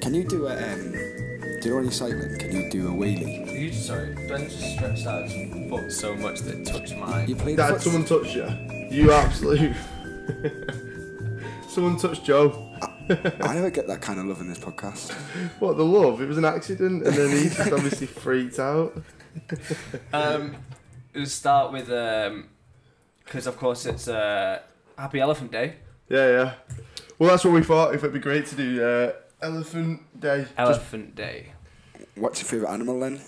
Can you do a um, do you know any cycling? Can you do a wheelie? You, sorry, Ben just stretched out his foot so much that it touched mine. You played Dad, foot- someone touched you. You absolute. someone touched Joe. I never get that kind of love in this podcast. What the love? It was an accident, and then he just obviously freaked out. Um, we'll start with um, because of course it's uh, Happy Elephant Day. Yeah, yeah. Well, that's what we thought. If it'd be great to do uh, Elephant Day. Just, Elephant Day. What's your favourite animal then?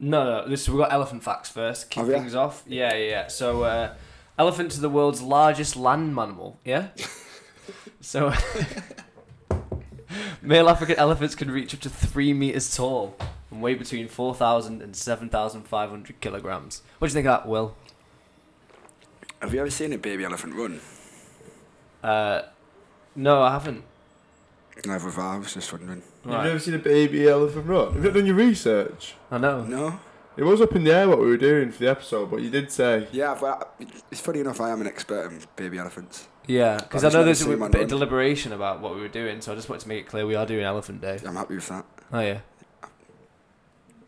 No, no. This we've got elephant facts first. Kick Have ya? things off. Yeah, yeah. yeah. So, uh, elephants are the world's largest land mammal. Yeah. so, male African elephants can reach up to three meters tall and weigh between 4,000 and 7,500 kilograms. What do you think of that, Will? Have you ever seen a baby elephant run? Uh, no, I haven't. Neither have I. I was just wondering. You've Right. never seen a baby elephant run? Have you done your research? I know. No. It was up in the air what we were doing for the episode, but you did say. Yeah, but it's funny enough. I am an expert in baby elephants. Yeah, because I've just I know never there's a seen bit one of run. deliberation about what we were doing, so I just wanted to make it clear we are doing Elephant Day. I'm happy with that. Oh yeah,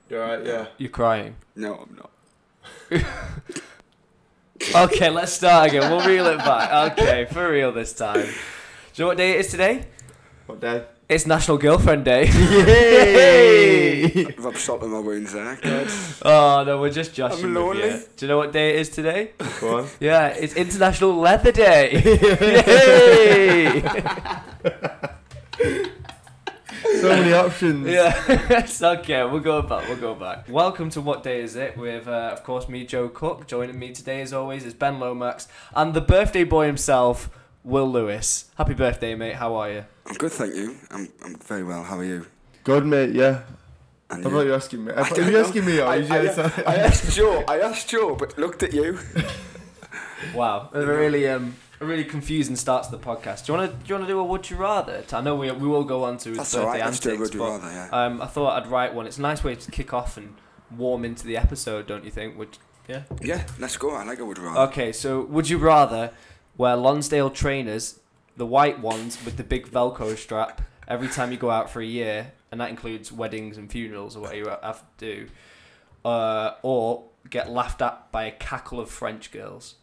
You're right, yeah. you're crying. No, I'm not. Okay, let's start again. We'll reel it back. Okay, for real this time. Do you know what day it is today? What day? It's National Girlfriend Day. Yay! I've salt in my wounds there. Good. oh no, we're just joshing. I'm with lonely. you. Do you know what day it is today? Go on. Yeah, it's International Leather Day. Yay! So many options. yeah, it's okay. We'll go back. We'll go back. Welcome to What Day Is It? With uh, of course me, Joe Cook. Joining me today, as always, is Ben Lomax and the birthday boy himself, Will Lewis. Happy birthday, mate. How are you? I'm good, thank you. I'm, I'm very well. How are you? Good mate, yeah. And I you? thought you were asking me. I thought, don't are you know. asking me? Or I, is you I- outside? I asked Joe. I asked Joe, but looked at you. Wow, a really um, a really confusing start to the podcast. Do you want to do you want to do a would you rather? I know we, we will go on to That's birthday all right. That's antics, Joe. Would you but rather? Yeah. um, I thought I'd write one. It's a nice way to kick off and warm into the episode, don't you think? Would yeah. yeah. Let's go. I like a would you rather. Okay, so would you rather wear Lonsdale trainers, the white ones with the big Velcro strap, every time you go out for a year, and that includes weddings and funerals or what you have to do, uh, or get laughed at by a cackle of French girls?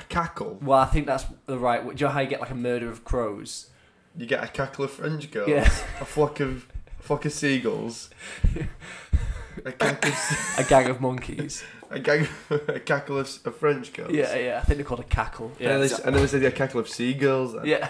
a cackle. Well, I think that's the right. Do you know how you get like a murder of crows? You get a cackle of French girls. Yeah, A flock of a flock of seagulls. a cackle. Of, a gang of monkeys. a, gang, a cackle of, s- of French girls. yeah, yeah. I think they're called a cackle. I Yeah, nearly, s- I nearly said a cackle of seagulls. then. yeah,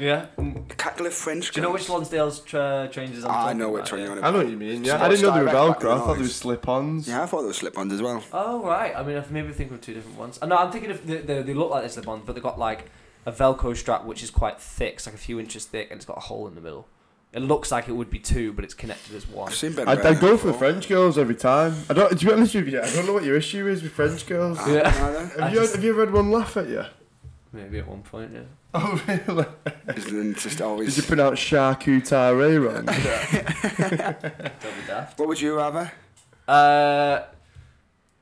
yeah. Mm. A cackle of French. Do you know girls. which Lonsdale's tra- trains is on? I know which one you want to. I know what you mean. Yeah, Just I didn't know they were direct Velcro. I thought they were recognised. slip-ons. Yeah, I thought they were slip ons as well. Oh right. I mean, I've maybe thinking of two different ones. Uh, No, I'm thinking of the, the, they look like this Lebon, but they've got like a Velcro strap which is quite thick, it's like a few inches thick, and it's got a hole in the middle. It looks like it would be two, but it's connected as one. I've seen Ben. I, I Burnham go for before. French girls every time. I don't. To be honest with you, I don't know what your issue is with French girls. I Have don't Yeah. know I you just- have you ever had one laugh at you? Maybe at one point, yeah. Oh really? either. It's just Did you always. pronounce charcuterie wrong? Don't be daft. What would you rather? Uh,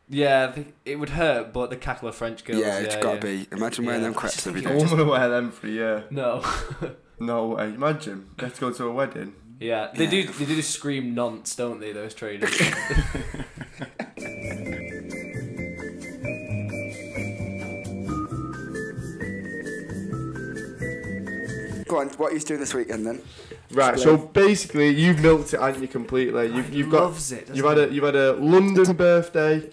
yeah, I think it would hurt, but the cackle of French girls. yeah, it's got to be. Imagine wearing Yeah. them crepes every I day. want to wear them for a year. No. No way. Imagine. Let's go to a wedding. Yeah, they Yeah. do. They do scream nonce, don't they? Those traders. Go on. What are you doing this weekend then? Right. So basically, you've milked it, haven't you? Completely. You've, you've got. loves it. You've had a. You've had a London birthday.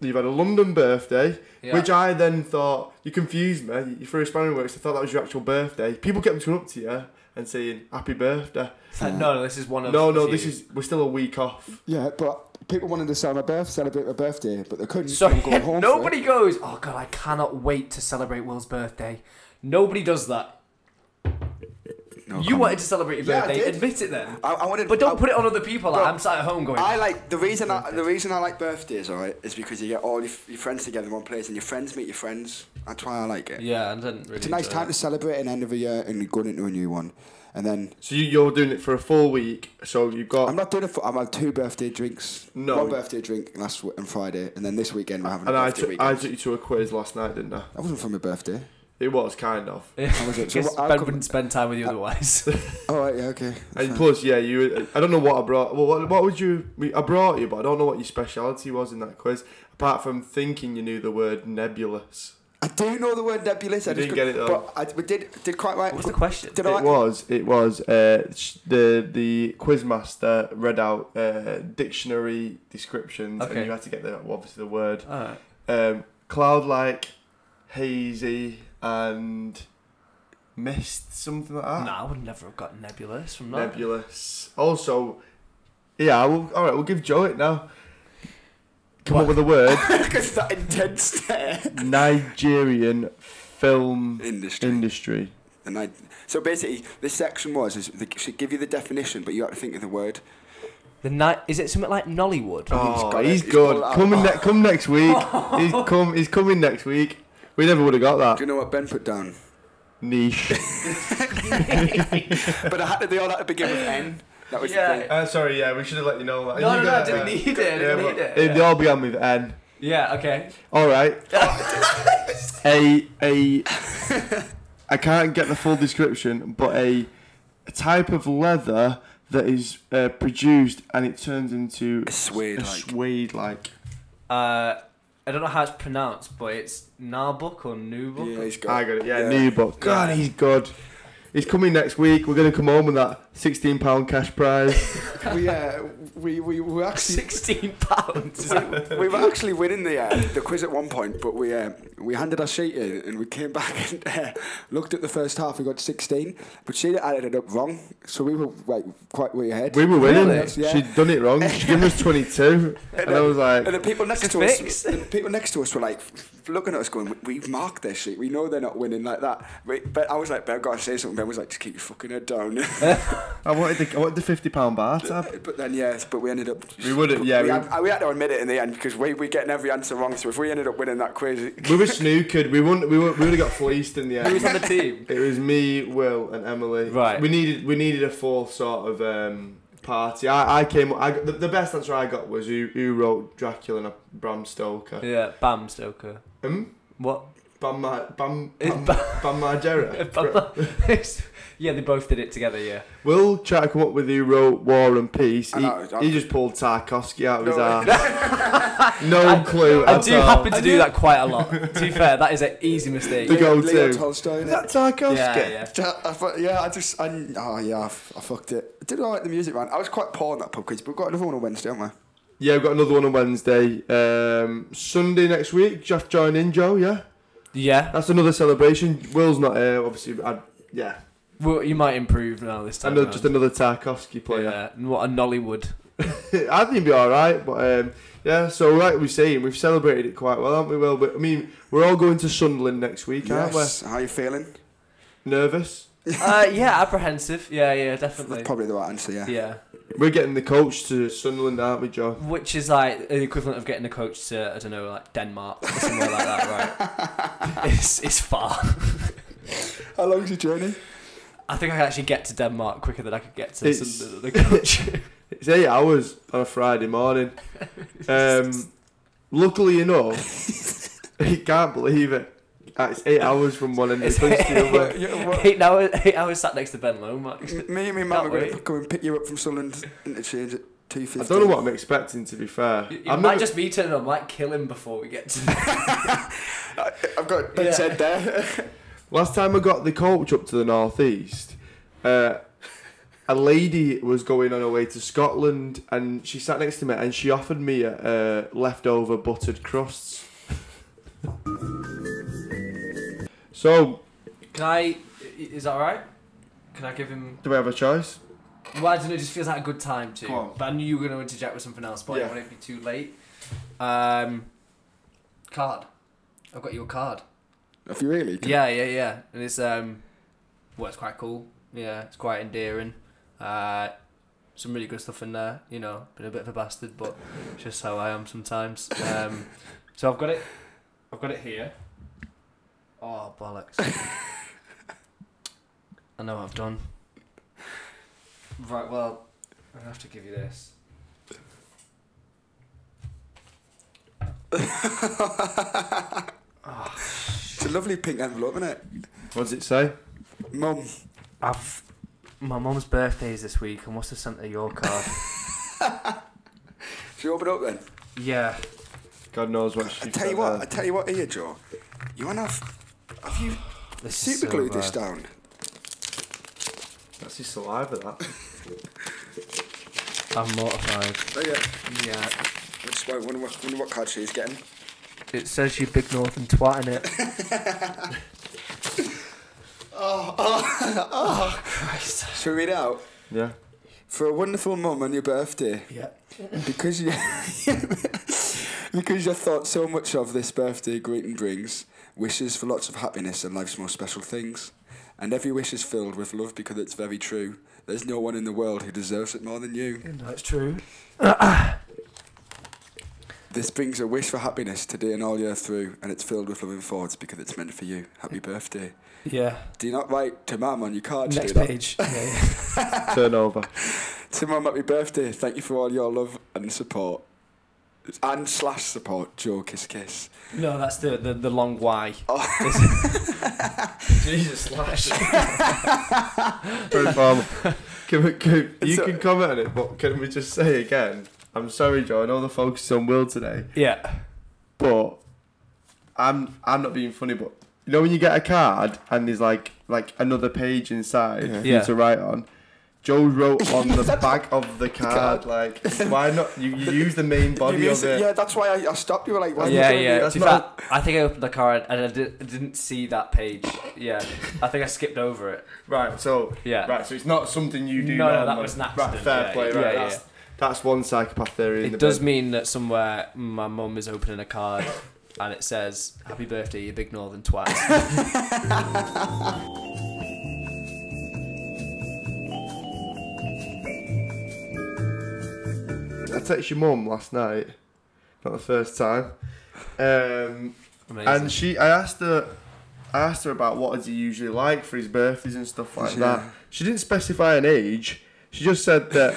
You've had a London birthday, which I then thought you confused me. You threw a spanner in the works. I thought that was your actual birthday. People kept coming up to you and saying "Happy birthday." Uh, no, no, this is one of. No, a no, few. this is we're still a week off. Yeah, but people wanted to celebrate my birth, celebrate my birthday, but they couldn't. so Sorry, I'm going home for it. nobody goes. Oh god, I cannot wait to celebrate Will's birthday. Nobody does that. No, You Oh, come wanted to celebrate your Yeah, I birthday. did. Admit it then. on. I, I wanted. But don't I- put it on other people. Like, Bro, I'm sat at home going. I like the reason I, the reason I like birthdays, alright, is because you get all your, f- your friends together in one place and your friends meet your friends. That's why I like it. yeah, I didn't really. It's a nice time to celebrate an end of a year and going into a new one. And then So you, you're doing it for a full week. So you've got. I'm not doing it for. I've had two birthday drinks. No. One birthday drink last w- and Friday, and then this weekend we're having a and I birthday took I weekend. took you to a quiz last night, didn't I? That wasn't for my birthday. It was kind of. I was it? So guess what- how Ben come- wouldn't spend time with you otherwise. oh, All right, yeah, okay. And plus, yeah, you. I don't know what I brought. Well, what, what would you? we- I brought you, but I don't know what your speciality was in that quiz. Apart from thinking you knew the word nebulous, I do know the word nebulous. I You just didn't could- get it, though. But I we did did quite right. what was the question? Did it I? was. It was. Uh, sh- the the quizmaster read out uh, dictionary descriptions, Okay. and you had to get the obviously the word Alright. um, cloud-like, hazy, and mist, something like that. No, I would never have got nebulous from that. Uh, Nebulous. Also, yeah, we'll, all right, we'll give Joe it now. Come What? up with a word. Look at that intense stare. Nigerian film Industry. industry. And I, so basically, this section was is they should give you the definition, but you have to think of the word. The night is it something like Nollywood? he's Oh, got he's, it. He's good. pulled it out. Coming ne- come next week. he's come. He's coming next week. We never would have got Do that you know what Ben put down? niche. but I had to, they all had to begin with N. That was Yeah. the thing. uh, sorry, yeah, we should have let you know that. No, no, no, I didn't need it. I didn't need it. They all began with N. Yeah, okay. All right. a a I can't get the full description, but a, a type of leather that is uh, produced and it turns into A suede, a like. suede like. Uh I don't know how it's pronounced, but it's Narbuk or Nubuk. Yeah, he's got. I got it. Yeah, Yeah. new book. God, he's good. He's coming next week. We're gonna come home with that sixteen pound cash prize. we, uh, we we we actually Sixteen pounds. we were actually winning the uh, the quiz at one point, but we uh, we handed our sheet in and we came back and uh, looked at the first half. We got sixteen, but she added it up wrong, so we were like quite way ahead. we were winning. Really? Yeah. She'd done it wrong. She'd given us twenty two, and I was like, And the people next It's to us, fixed. the people next to us were like looking at us, going, "We- "We've marked their sheet. We know they're not winning like that." But but I was like, "Ben, I've got to say something." Ben was like, "Just keep your fucking head down." I wanted the I wanted the fifty pound bar tab. but then yes, but we ended up. We would've- yeah, We, we- had, we had to admit it in the end because we we getting every answer wrong. So if we ended up winning that quiz, We were snookered. We wouldn't. We would. We would have got fleeced in the Who was end. on the team? It was me, Will, and Emily. Right. We needed. We needed a fourth sort of um, party. I, I came. I got, the, the best answer I got was who who wrote Dracula and Bram Stoker. Yeah, Bam Stoker. Hmm? What? Bam Mar- Bam It's Bam, Bam- Bam Margera. yeah, they both did it together. Yeah. Will tried to come up with who wrote War and Peace. I He, know, I- he just pulled Tarkovsky out of his No. ass. no clue. I at do all. happen to do that quite a lot. to be fair, that is an easy mistake. The go-to. Leo Tolstoy. Is innit? that Tarkovsky? Yeah, yeah. Yeah, I, fu- yeah, I just, I, oh yeah, I, f- I fucked it. I did alright the music, man. I was quite poor on that pub quiz, but we've got another one on Wednesday, haven't Yeah, we've got another one on Wednesday. Um, Sunday next week, Jeff join in, Joe, yeah? Yeah. That's another celebration. Will's not here, obviously. but I'd, yeah, Well, you might improve now this time. another, round. just another Tarkovsky player. Yeah, and what a Nollywood. I think it'd be all right, but um, yeah. So like we say, we've celebrated it quite well, haven't we? Will? but I mean, we're all going to Sunderland next we? week, aren't yes. How you feeling? we? Nervous. uh, yeah, apprehensive. Yeah, yeah, That's definitely. probably the right answer, yeah. Yeah, We're getting the coach to Sunderland, aren't we, Joe? which is like the equivalent of getting a coach to I don't know like Denmark or somewhere like that, right? It's it's far. How long's your journey? I think I could actually get to Denmark quicker than I could get to It's- some, the, the coach. It's eight hours on a Friday morning. Um, luckily enough, you can't believe it. Uh, It's eight hours from one end of the country to the other. Yeah, well, eight hours, eight hours sat next to Ben Lomax. me and my mum are going Can't to wait. come and pick you up from Sunderland interchange at I 2.15. don't know what I'm expecting. To be fair, It I'm might never- just be turning on, might kill him before we get to. I've got Ben's Yeah. head there. Last time I got the coach up to the northeast, uh, a lady was going on her way to Scotland, and she sat next to me, and she offered me uh, leftover buttered crusts. so, Can I? i- Is that all right? Can I give him? do we have a choice? Well, I don't know. It just feels like a good time to. Go on. But I knew you were going to interject with something else, but Yeah. I didn't want it to be too late. Um, card. I've got your card. Have you really? Yeah, yeah, yeah. And it's um, well, it's quite cool. Yeah, it's quite endearing. Uh, some really good stuff in there. You know, been a bit of a bastard, but it's just how I am sometimes. Um, so I've got it. I've got it here. Oh bollocks! I know what I've done. Right. Well, I have to give you this. Oh, It's a lovely pink envelope, isn't it? What does it say? Mum. I've my mum's birthday is this week, and what's the sent her your card? Should you open it up then? yeah, God knows what she. I tell you what, I tell you what here, Joe. You wanna have, have you this is super glued so this bad. down? That's his saliva. That. I'm mortified. There you go. Yeah, Oh, That's why I wonder what, wonder what card she's getting. it says you big northern twat in it. Should we read it out? Yeah. For a wonderful mum on your birthday, Yeah. because you because you thought so much of this birthday greeting brings wishes for lots of happiness and life's most special things, and every wish is filled with love because it's very true. There's no one in the world who deserves it more than you. That's true. This brings a wish for happiness today and all year through, and it's filled with love and thoughts because it's meant for you. Happy birthday. Yeah. Do you not write to mum on your cards? Next do you not? page. Yeah, yeah. Turn over. To mum, happy birthday. Thank you for all your love and support. And slash support, Joe Kiss Kiss. No, that's the, the, the long Y. Jesus slash. Very formal. Can we, can, you It's a- can comment on it, but can we just say again? I'm sorry, Joe. I know the focus is on Will today, Yeah. but I'm I'm not being funny. But you know when you get a card and there's like like another page inside for Yeah. you to write on. Joe wrote on the back of the card, like, why not? You, you use the main body You of miss it. it. Yeah, that's why I, I stopped you. Like, why yeah, are you doing yeah. That's In not- fact, I think I opened the card and I did, didn't see that page. Yeah. I think I skipped over it. Right, so Yeah. Right, so it's not something you do. No, no, that normally. was an Right, accident, fair yeah, play. yeah, Right, yeah, that's, that's one psychopath theory. in It the does bed. mean that somewhere my mum is opening a card and it says, Happy birthday, you big northern twat. I texted your mum last night, not the first time, um, Amazing. and she. I asked her. I asked her about what is he usually like for his birthdays and stuff like that. She didn't specify an age. She just said that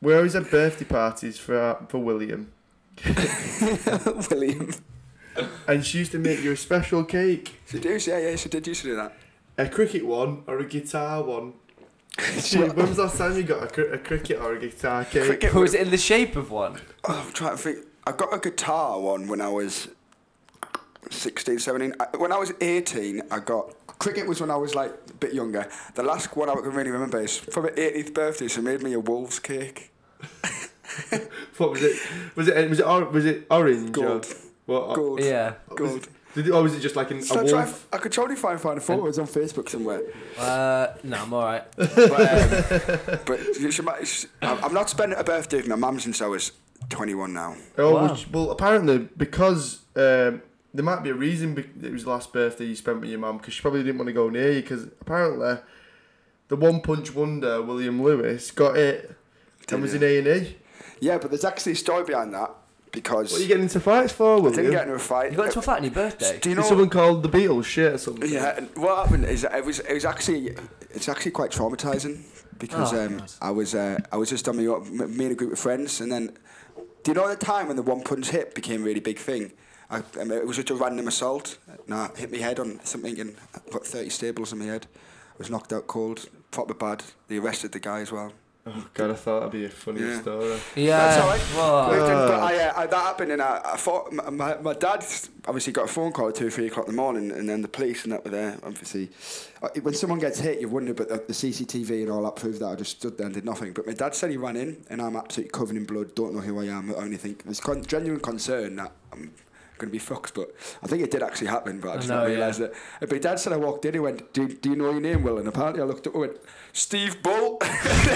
we always had birthday parties for for William, that? William. and she used to make you a special cake, She does, yeah, yeah, she did used to do that. a cricket one or a guitar one. She, when was the last time you got a, cri- a cricket or a guitar cake? Cricket. Who Oh, is it in the shape of one? Oh, I'm trying to think. I got a guitar one when I was 16, 17. I, when I was 18, I got. Cricket was when I was like a bit younger. The last one I can really remember is for my 80th birthday, she made me a wolf's cake. What was it? Was it was it or, was it orange? Gold. Or, what? Gold. Yeah. Was Gold. it, did it, or was it just like an, So Oh, a I, try, wolf? I could totally find, find photos on Facebook somewhere. Uh, no, I'm alright. But, um, but she, she, might- she, I- I've not spent a birthday with my mum since I was 21 now. Oh, Wow. which- well, apparently because um, there might be a reason bec- it was the last birthday you spent with your mum because she probably didn't want to go near you because apparently the One Punch Wonder William Lewis got it and was in A and E. Yeah, but there's actually a story behind that because What are you getting into fights for, I didn't William? get into a fight. Uh, You got into a fight on your birthday? Do you Did know? someone called the Beatles shit or something? yeah, and what happened is that it was it was actually it's actually quite traumatizing because Oh, um, God. I was uh, I was just on my own, m- me and a group of friends, and then do you know the time when the one punch hit became a really big thing? I, I mean, it was just a random assault. and I hit my head on something and I got 30 staples in my head. I was knocked out cold, proper bad. They arrested the guy as well. Oh God, I thought that'd be a funny Yeah. story. Yeah. That's all right. Well, Lived in- but I, uh, I- that happened, and I, I thought my- my, my dad obviously got a phone call at two, three o'clock in the morning, and then the police and that were there. Obviously, Uh, when someone gets hit, you wonder, but the, the CCTV and all that proved that I just stood there and did nothing. But my dad said he ran in, and I'm absolutely covered in blood, don't know who I am or anything. There's con- genuine concern that I'm going to be fucked, but I think it did actually happen, but I just know, not yeah. realised it. But my dad said I walked in, he went, do, do you know your name, Will? And apparently I looked up and went, Steve Bolt. and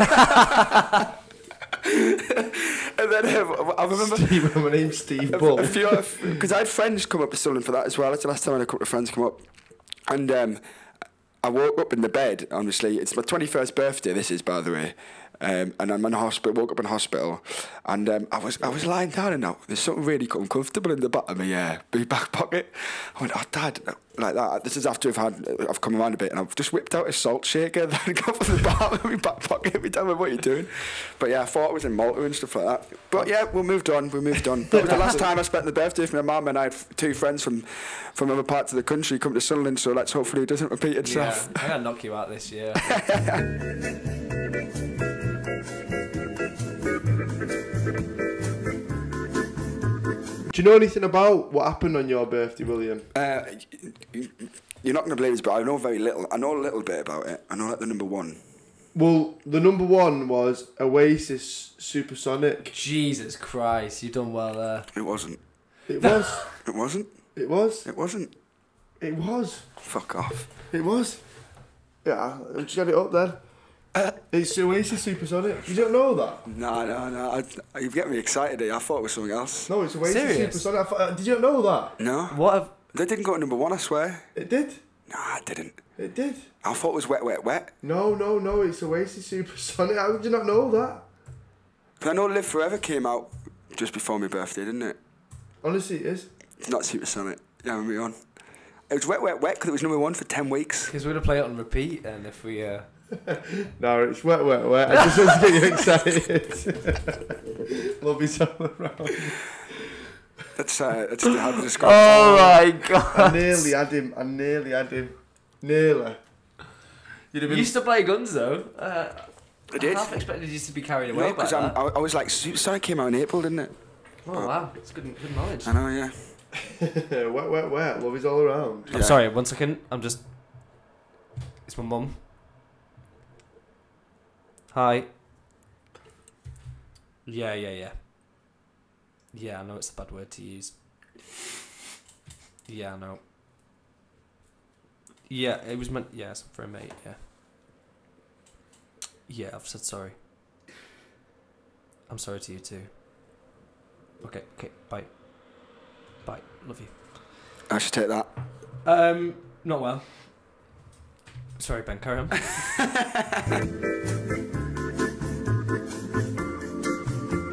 then um, I remember Steve, my name's Steve Bull. a few, because I had friends come up with something for that as well. That's the last time I had a couple of friends come up, and um, I woke up in the bed. Honestly, it's my twenty-first birthday. This is, by the way, Um, and I'm in hospital, woke up in hospital, and um, I was I was lying down and now there's something really uncomfortable in the bottom of my, uh, my back pocket. I went, oh dad, like that. This is after I've had I've come around a bit and I've just whipped out a salt shaker that I got from the bottom of my back pocket. We don't know what you're doing, but yeah, I thought it was in Malta and stuff like that. But yeah, we moved on. We moved on. That was the last time I spent the birthday with my mum and I had two friends from from other parts of the country come to Sunderland. So let's hopefully it doesn't repeat itself. Yeah, I'm gonna knock you out this year. Do you know anything about what happened on your birthday, William? Uh, y- y- you're not going to believe this, but I know very little. I know a little bit about it. I know like the number one. Well, the number one was Oasis Supersonic. Jesus Christ, you've done well there. It wasn't. It was. It wasn't. It was. It wasn't. It was. Fuck off. It was. Yeah, just get it up then. It's Oasis Supersonic. You don't know that? No, no, no. I, you get me excited. here. I thought it was something else. No, it's Oasis Serious? Supersonic. I thought- uh, Did you not know that? No, What? Have, they didn't go to number one. I swear. It did. No, I didn't. It did. I thought it was wet, wet, wet. No, no, no. It's Oasis Supersonic. How did you not know that? 'Cause I know Live Forever came out just before my birthday, didn't it? Honestly, it is. It's not supersonic. Yeah, we on. It was wet, wet, wet because it was number one for ten weeks. Because we're gonna play it on repeat, and if we, uh, No, it's wet, wet, wet. I just want to get you excited. Love you so around. That's uh, that's the how to describe. Oh my I God! nearly had him. I nearly had him. Nearly. You'd have You been. used to play guns though. Uh, I did. I half expected you to be carried away No, by because that. I, I was like, supersonic came out in April, didn't it? oh wow, it's good, good knowledge. I know, yeah. wet, wet, wet. Love is all around. I'm Yeah. sorry. One second. I'm just. It's my mum. Hi. Yeah, yeah, yeah. Yeah, I know it's a bad word to use. Yeah, I know. Yeah, it was meant. Yeah, it's for a mate. Yeah. Yeah, I've said sorry. I'm sorry to you too. Okay, okay, bye. Bye, love you. I should take that. Um, not well. Sorry, Ben. Carry on. Oh,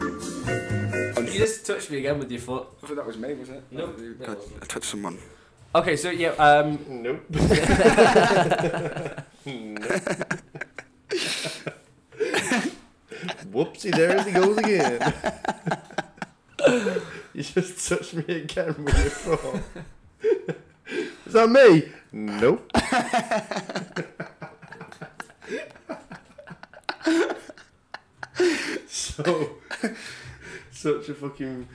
you just touched me again with your foot. I thought that was me, was it? No, Oh, you- that God, wasn't. I touched someone. Okay, so yeah. Um, Nope. Whoopsie, there he goes again. you just touched me again with your phone. Is that me? Nope. so, such a fucking.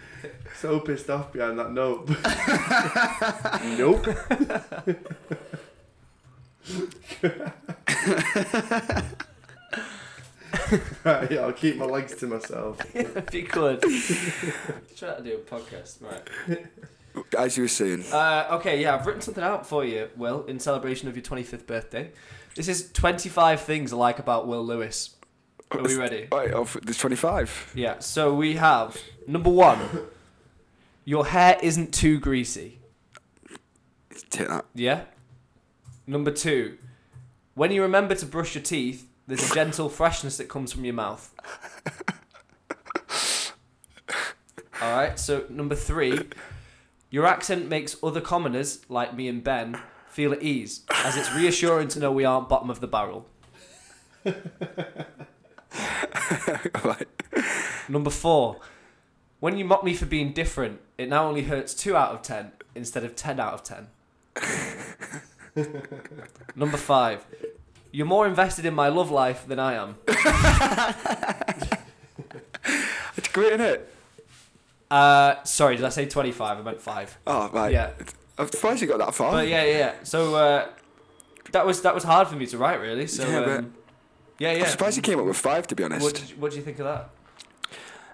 So pissed off behind that note. nope. right, yeah, I'll keep my legs to myself. if you could try to do a podcast, right? As you were saying, Uh, okay, yeah, I've written something out for you, Will, in celebration of your 25th birthday. This is 25 things I like about Will Lewis. Are we ready? right, of there's 25. Yeah, so we have number one, your hair isn't too greasy. Take that. Yeah. Number two, when you remember to brush your teeth, there's a gentle freshness that comes from your mouth. All right. So number three, your accent makes other commoners like me and Ben feel at ease, as it's reassuring to know we aren't bottom of the barrel. right. Number four, when you mock me for being different, it now only hurts two out of ten instead of ten out of ten. Number five, you're more invested in my love life than I am. It's great, isn't it? Uh, sorry, did I say twenty-five? I meant five. Oh, right. Yeah, I'm surprised you got that far. but yeah, yeah. yeah. So uh, that was that was hard for me to write, really. So Yeah, but- um, yeah, I'm yeah. surprised you came up with five, to be What honest. did, you, what do you think of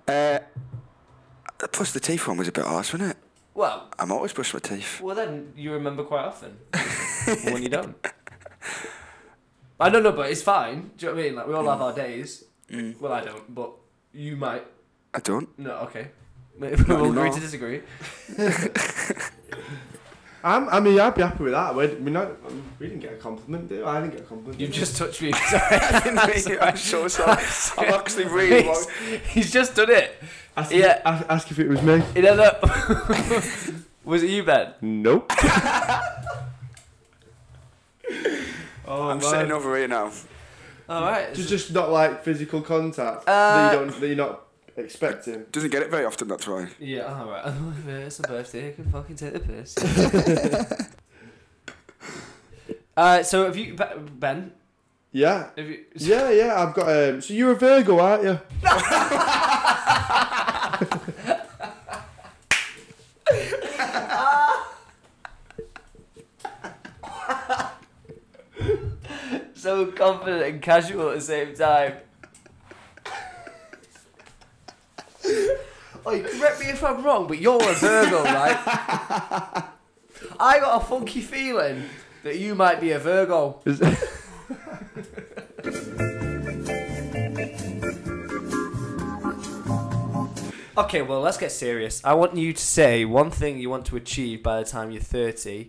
that? Uh, plus, the teeth one was a bit harsh, wasn't it? Well, I'm always brushing my teeth. well, then you remember quite often when you don't. I don't know, but it's fine. Do you know what I mean? Like we all have our days. Mm. Well, I don't, but you might. I don't. No, okay. We'll agree anymore. to disagree. I'm, I mean, I'd be happy with that. We're, we're not, we didn't get a compliment, did we? I didn't get a compliment. You've did I? just touched me. I'm so sorry. I'm actually really wrong. He's just done it. ask, yeah. ask, ask if it was me. It ended up. Was it you, Ben? Nope. oh, I'm sitting over here now. All right. Just, just not like physical contact that, you Uh, don't, that you're not expecting. Doesn't get it very often, that's why. Yeah, all right. it's a birthday. I can fucking take the piss. uh, so have you, Be- Ben? Yeah. Have you? Yeah, yeah, I've got. Um, so you're a Virgo, aren't you? So confident and casual at the same time. oh, you correct me if I'm wrong, but you're a Virgo, right? I got a funky feeling that you might be a Virgo. Okay, well, let's get serious. I want you to say one thing you want to achieve by the time you're 30,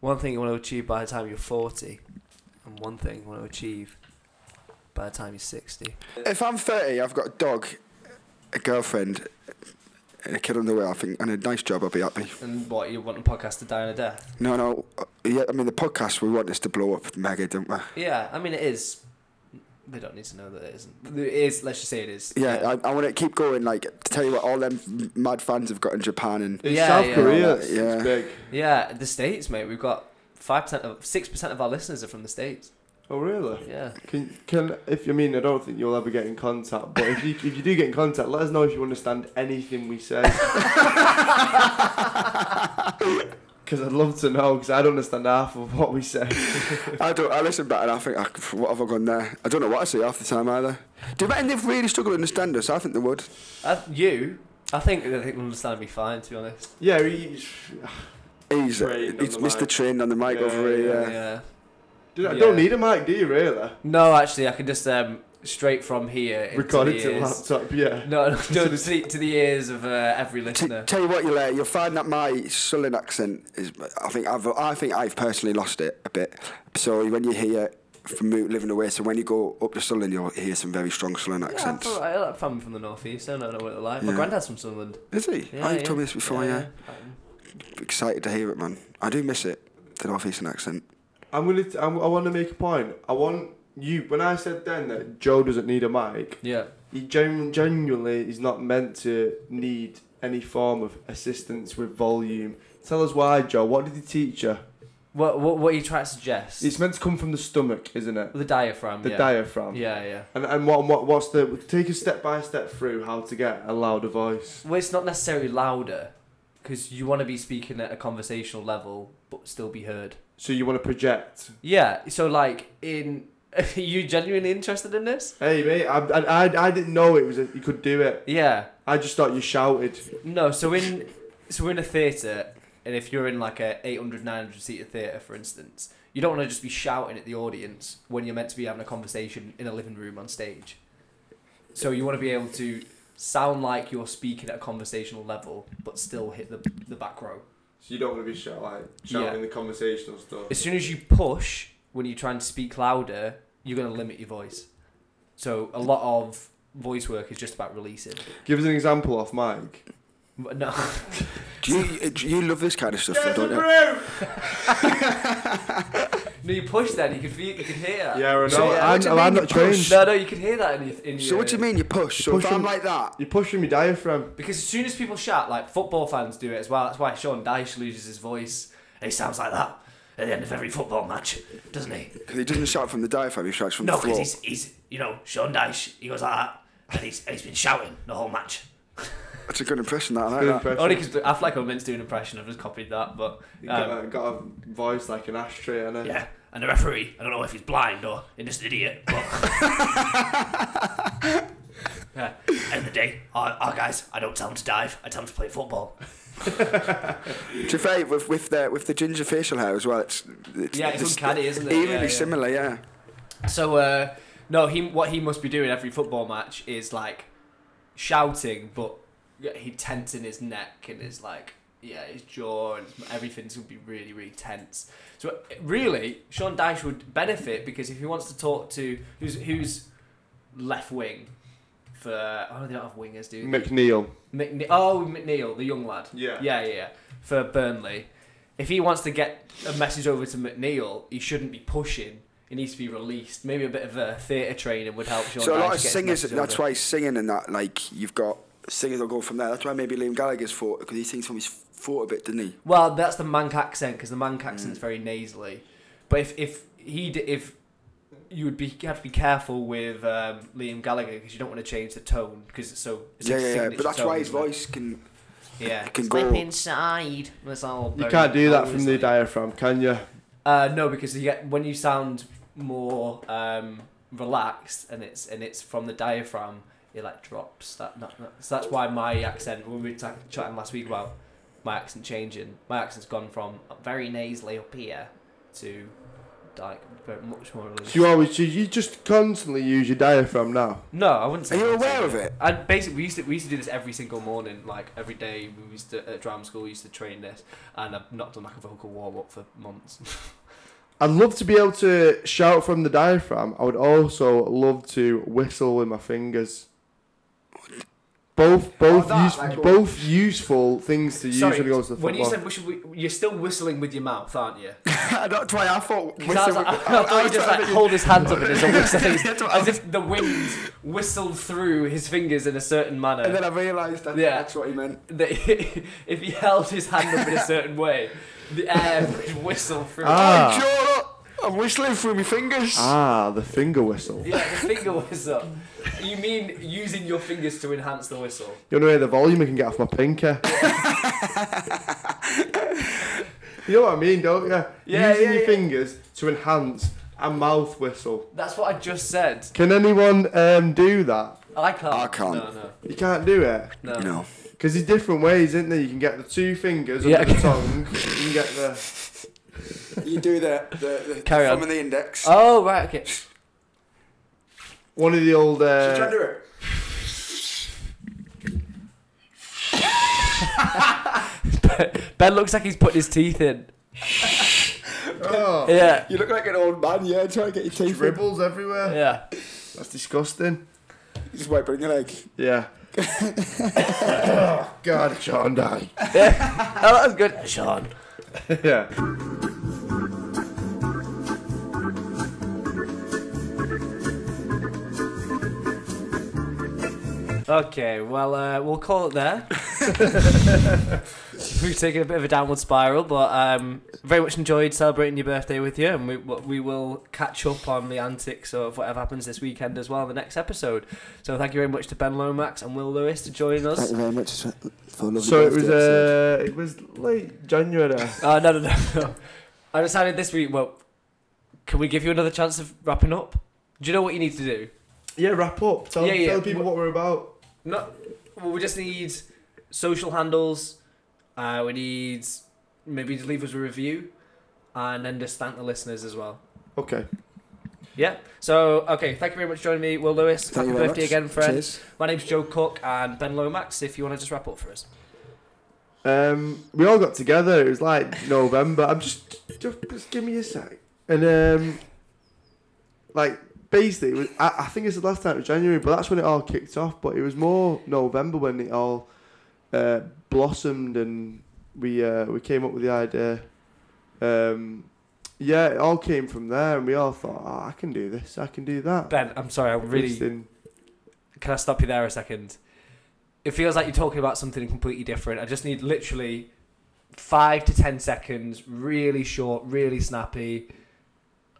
one thing you want to achieve by the time you're 40, and one thing you want to achieve by the time you're 60. If I'm 30, I've got a dog, a girlfriend, and a kid on the way, I think, and a nice job, I'll be happy. And what, you want the podcast to die on a death? No, no. uh, Yeah, I mean, the podcast, we want this to blow up mega, don't we? Yeah, I mean, it is. They don't need to know that it isn't. It is, let's just say it is. Yeah, I, I want to keep going, like, to tell you what all them m- mad fans have got in Japan and It's Yeah, South yeah. Korea. Yeah. It's big. Yeah, the States, mate, we've got 5% of, 6% of our listeners are from the States. Oh, really? Yeah. Can, can if I mean I don't think you'll ever get in contact, but if you if you do get in contact, let us know if you understand anything we say. Because I'd love to know, because I don't understand half of what we say. I don't. I listen back and I think, "Ah, what have I gone there? I don't know what I say half the time either. Do you reckon they've really struggled to understand us? I think they would. I, Uh, you, I think they think understand me fine, to be honest. Yeah, we, He's, Trained on he's the Mr. mic. Trained on the mic Yeah, over here. Yeah. yeah. dude, I Yeah. don't need a mic, do you really? No, actually, I can just um straight from here into Record the it to a ears. laptop, yeah. No, no, to, the- to the, to the ears of uh, every T- listener. tell you what, you'll, uh, you'll find that my Southern accent is. I think I've. I think I've personally lost it a bit. So when you hear from mo- living away, so when you go up to Southern, you'll hear some very strong Southern Yeah, I'm accents. from, I like family from the northeast. I don't know what it's like. My Yeah. granddad's from Sunderland. Is he? Yeah, oh, you've yeah. told me this before. Yeah, Um, Excited to hear it, man. I do miss it. The North Eastern accent. I'm gonna. T- I'm, I want to make a point. I want you. When I said then that Joe doesn't need a mic, yeah. he gen- genuinely is not meant to need any form of assistance with volume. Tell us why, Joe. What did he teach you? What, what what are you trying to suggest? It's meant to come from the stomach, isn't it? the diaphragm. The yeah. diaphragm. Yeah, yeah. And and what what what's the take a step by step through how to get a louder voice. Well, it's not necessarily louder, because you want to be speaking at a conversational level but still be heard. So you want to project. Yeah. So like in, are you genuinely interested in this? Hey mate, I I, I, I didn't know it was a, you could do it. Yeah. I just thought you shouted. No, so in so in a theatre, and if you're in like a 800, 900 seater theatre, for instance, you don't want to just be shouting at the audience when you're meant to be having a conversation in a living room on stage. So you want to be able to sound like you're speaking at a conversational level, but still hit the the back row. So you don't want to be shout like shouting the conversational stuff. As soon as you push when you're trying to speak louder, you're going to limit your voice. So a lot of voice work is just about releasing. Give us an example off mic. But No, Do you, uh, do you love this kind of stuff, though, don't you? no, you push then you can feel, you can hear. that. Yeah, I know. So, yeah, what I'm, do you I'm, mean not you push? trained. No, no, you can hear that in your. In So your what do you mean you push? So Push if I'm him- like that, You're pushing my diaphragm. Because as soon as people shout, like football fans do it as well. That's why Sean Dyche loses his voice. And he sounds like that at the end of every football match, doesn't he? 'cause he doesn't shout from the diaphragm, he shouts from No, the floor. because he's he's you know Sean Dyche. He goes like that, and he's and he's been shouting the whole match. That's a good impression, that. I like Good that. impression. Only because Affleck and Vince do an impression. I've just copied that, but You got, um, a, got a voice like an ashtray, Uh, and yeah. And the referee, I don't know if he's blind or he's just an idiot, but. Yeah. End of the day, our, our guys, I don't tell them to dive, I tell them to play football. To be fair, with, with the with the ginger facial hair as well, it's, it's Yeah, it's uncanny, isn't it? Eerily Yeah, yeah. similar, yeah. So uh, no, he what he must be doing every football match is like shouting, but he tensing his neck and his like yeah, his jaw and his- everything's going to be really, really tense. So uh, really, Sean Dyche would benefit because if he wants to talk to who's who's left wing for oh they don't have wingers do they? McNeil. McNe- oh McNeil the young lad Yeah. yeah yeah, yeah. for Burnley. If he wants to get a message over to McNeil, he shouldn't be pushing. He needs to be released. Maybe a bit of a theatre training would help Sean. So a Dyche lot of get his singers. message That's over. why singing and that, like you've got singers that go from there. That's why maybe Liam Gallagher's thought because he sings from his thought a bit, didn't he? Well, that's the Manc accent because the Mm. Manc accent's very nasally. But if if he d- if you would be you have to be careful with um, Liam Gallagher because you don't want to change the tone because it's so it's yeah, his yeah, yeah. signature But that's tone, why his isn't it? voice can yeah can Slip go. inside. That's all You very- can't do that from always the like- diaphragm, can you? Uh, no, because you get when you sound more um, relaxed and it's and it's from the diaphragm, it like drops. That, that, that- so that's why my accent when we were ta- chatting last week about my accent changing, my accent's gone from very nasally up here to like very much more. So you always you, you just constantly use your diaphragm now. No, I wouldn't say. Are you I'd say aware that. of it? I basically we used to we used to do this every single morning, like every day. We used to at drama school we used to train this, and I've not done like a vocal warm up for months. I'd love to be able to shout from the diaphragm. I would also love to whistle with my fingers. Both, both, that, use, like- both useful things to use Sorry, when it goes to the when you football. said we should, we, you're still whistling with your mouth, aren't you? that's why I thought. Because I, was like, I, thought you just like hold his hands up and as a whistle, as if the wind whistled through his fingers in a certain manner. And then I realised that Yeah. that's what he meant. that if he held his hand up in a certain way, the air would whistle through. Ah. Hey, Joe, look, I'm whistling through my fingers. ah, the finger whistle. Yeah, the finger whistle. You mean using your fingers to enhance the whistle? You know where the volume I can get off my pinky. you know what I mean, don't you? Yeah, Using yeah, your yeah. fingers to enhance a mouth whistle. That's what I just said. Can anyone um, do that? I can't. I can't. No, You can't do it. no, no. No. Because there's different ways, isn't there? You can get the two fingers Yeah. under the tongue. You can get the. You do the, the, the Carry thumb on. and the index. Oh right, okay. One of the old. Should I Uh, do it? Ben looks like he's putting his teeth in. oh, Yeah, You look like an old man, yeah, trying to get your teeth in. dribbles everywhere. yeah. That's disgusting. You Just wiping your leg. Yeah. God, John Dye. Oh, that was good, Sean. yeah. Okay, well, uh, we'll call it there. We've taken a bit of a downward spiral, but um, very much enjoyed celebrating your birthday with you, and we we will catch up on the antics of whatever happens this weekend as well in the next episode. So thank you very much to Ben Lomax and Will Lewis to join Thank us. you very much for a lovely So it birthday was. episode. Uh, it was late January. Uh, no, no, no, no. I decided this week. Well, can we give you another chance of wrapping up? Do you know what you need to do? Yeah, wrap up. Tell, Yeah, yeah. tell the people what we're about. No, well, we just need social handles. Uh, we need maybe to leave us a review, and then just thank the listeners as well. Okay. Yeah. So okay, thank you very much for joining me, Will Lewis. Thank you Happy very birthday much. again, friend. Cheers. My name's Joe Cook and Ben Lomax. If you want to just wrap up for us. Um, we all got together. It was like November. I'm just, just, just give me a sec. And um, like basically, it was, I, I think it's the last time it was January, but that's when it all kicked off. But it was more November when it all uh, blossomed and we uh, we came up with the idea. Um, yeah, it all came from there, and we all thought, oh, I can do this, I can do that. Ben, I'm sorry. I really Interesting. can I stop you there a second? It feels like you're talking about something completely different. I just need literally five to ten seconds, really short, really snappy.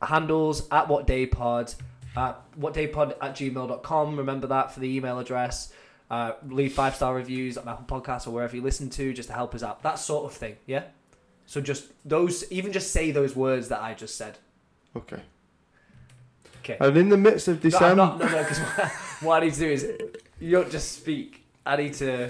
Handles at what day pod, at what day pod at gmail.com. Remember that for the email address. Uh, leave five star reviews on Apple Podcasts or wherever you listen to just to help us out. That sort of thing, yeah? So just those, even just say those words that I just said. Okay. Okay. And in the midst of No, I'm December, not, no, no, because what, what I need to do is you don't just speak. I need to.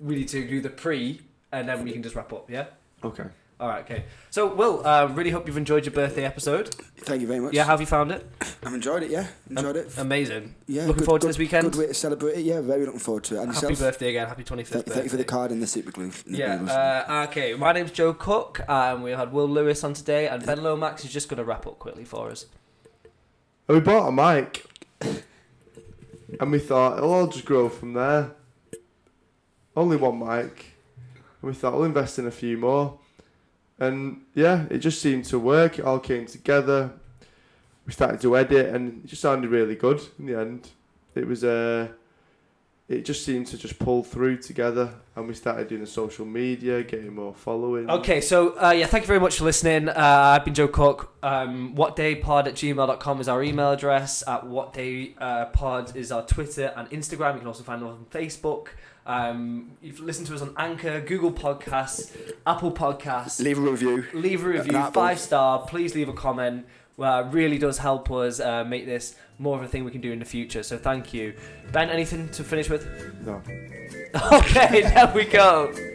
We need to do the pre, and then we can just wrap up. Yeah. okay. All right, okay. So, Will, uh, really hope you've enjoyed your birthday episode. Thank you very much. Yeah, how have you found it? I've enjoyed it. Yeah, enjoyed it. Amazing. Yeah, Looking good- forward to good- this weekend. Good way to celebrate it. Yeah, very looking forward to it. And Happy yourself? birthday again. Happy 25th Thank, birthday. thank you for the card and the super glue. Yeah. Uh, okay. My name's Joe Cook. Um, we had Will Lewis on today, and Ben Lomax is just going to wrap up quickly for us. And we bought a mic. And we thought, it'll all just grow from there. Only one mic. And we thought, we'll invest in a few more. And yeah, it just seemed to work. It all came together. We started to edit, and it just sounded really good in the end. It was Uh, it just seemed to just pull through together, and we started doing the social media, getting more following. Okay, so uh, yeah, thank you very much for listening. Uh, I've been Joe Cook. Um, whatdaypod at gmail.com is our email address. At whatdaypod is our Twitter and Instagram. You can also find us on Facebook. Um, you've listened to us on Anchor, Google Podcasts, Apple Podcasts. Leave a review. leave a review, That five star. Please leave a comment. Well, it really does help us uh, make this more of a thing we can do in the future. So thank you, Ben. Anything to finish with? No. Okay, there we go.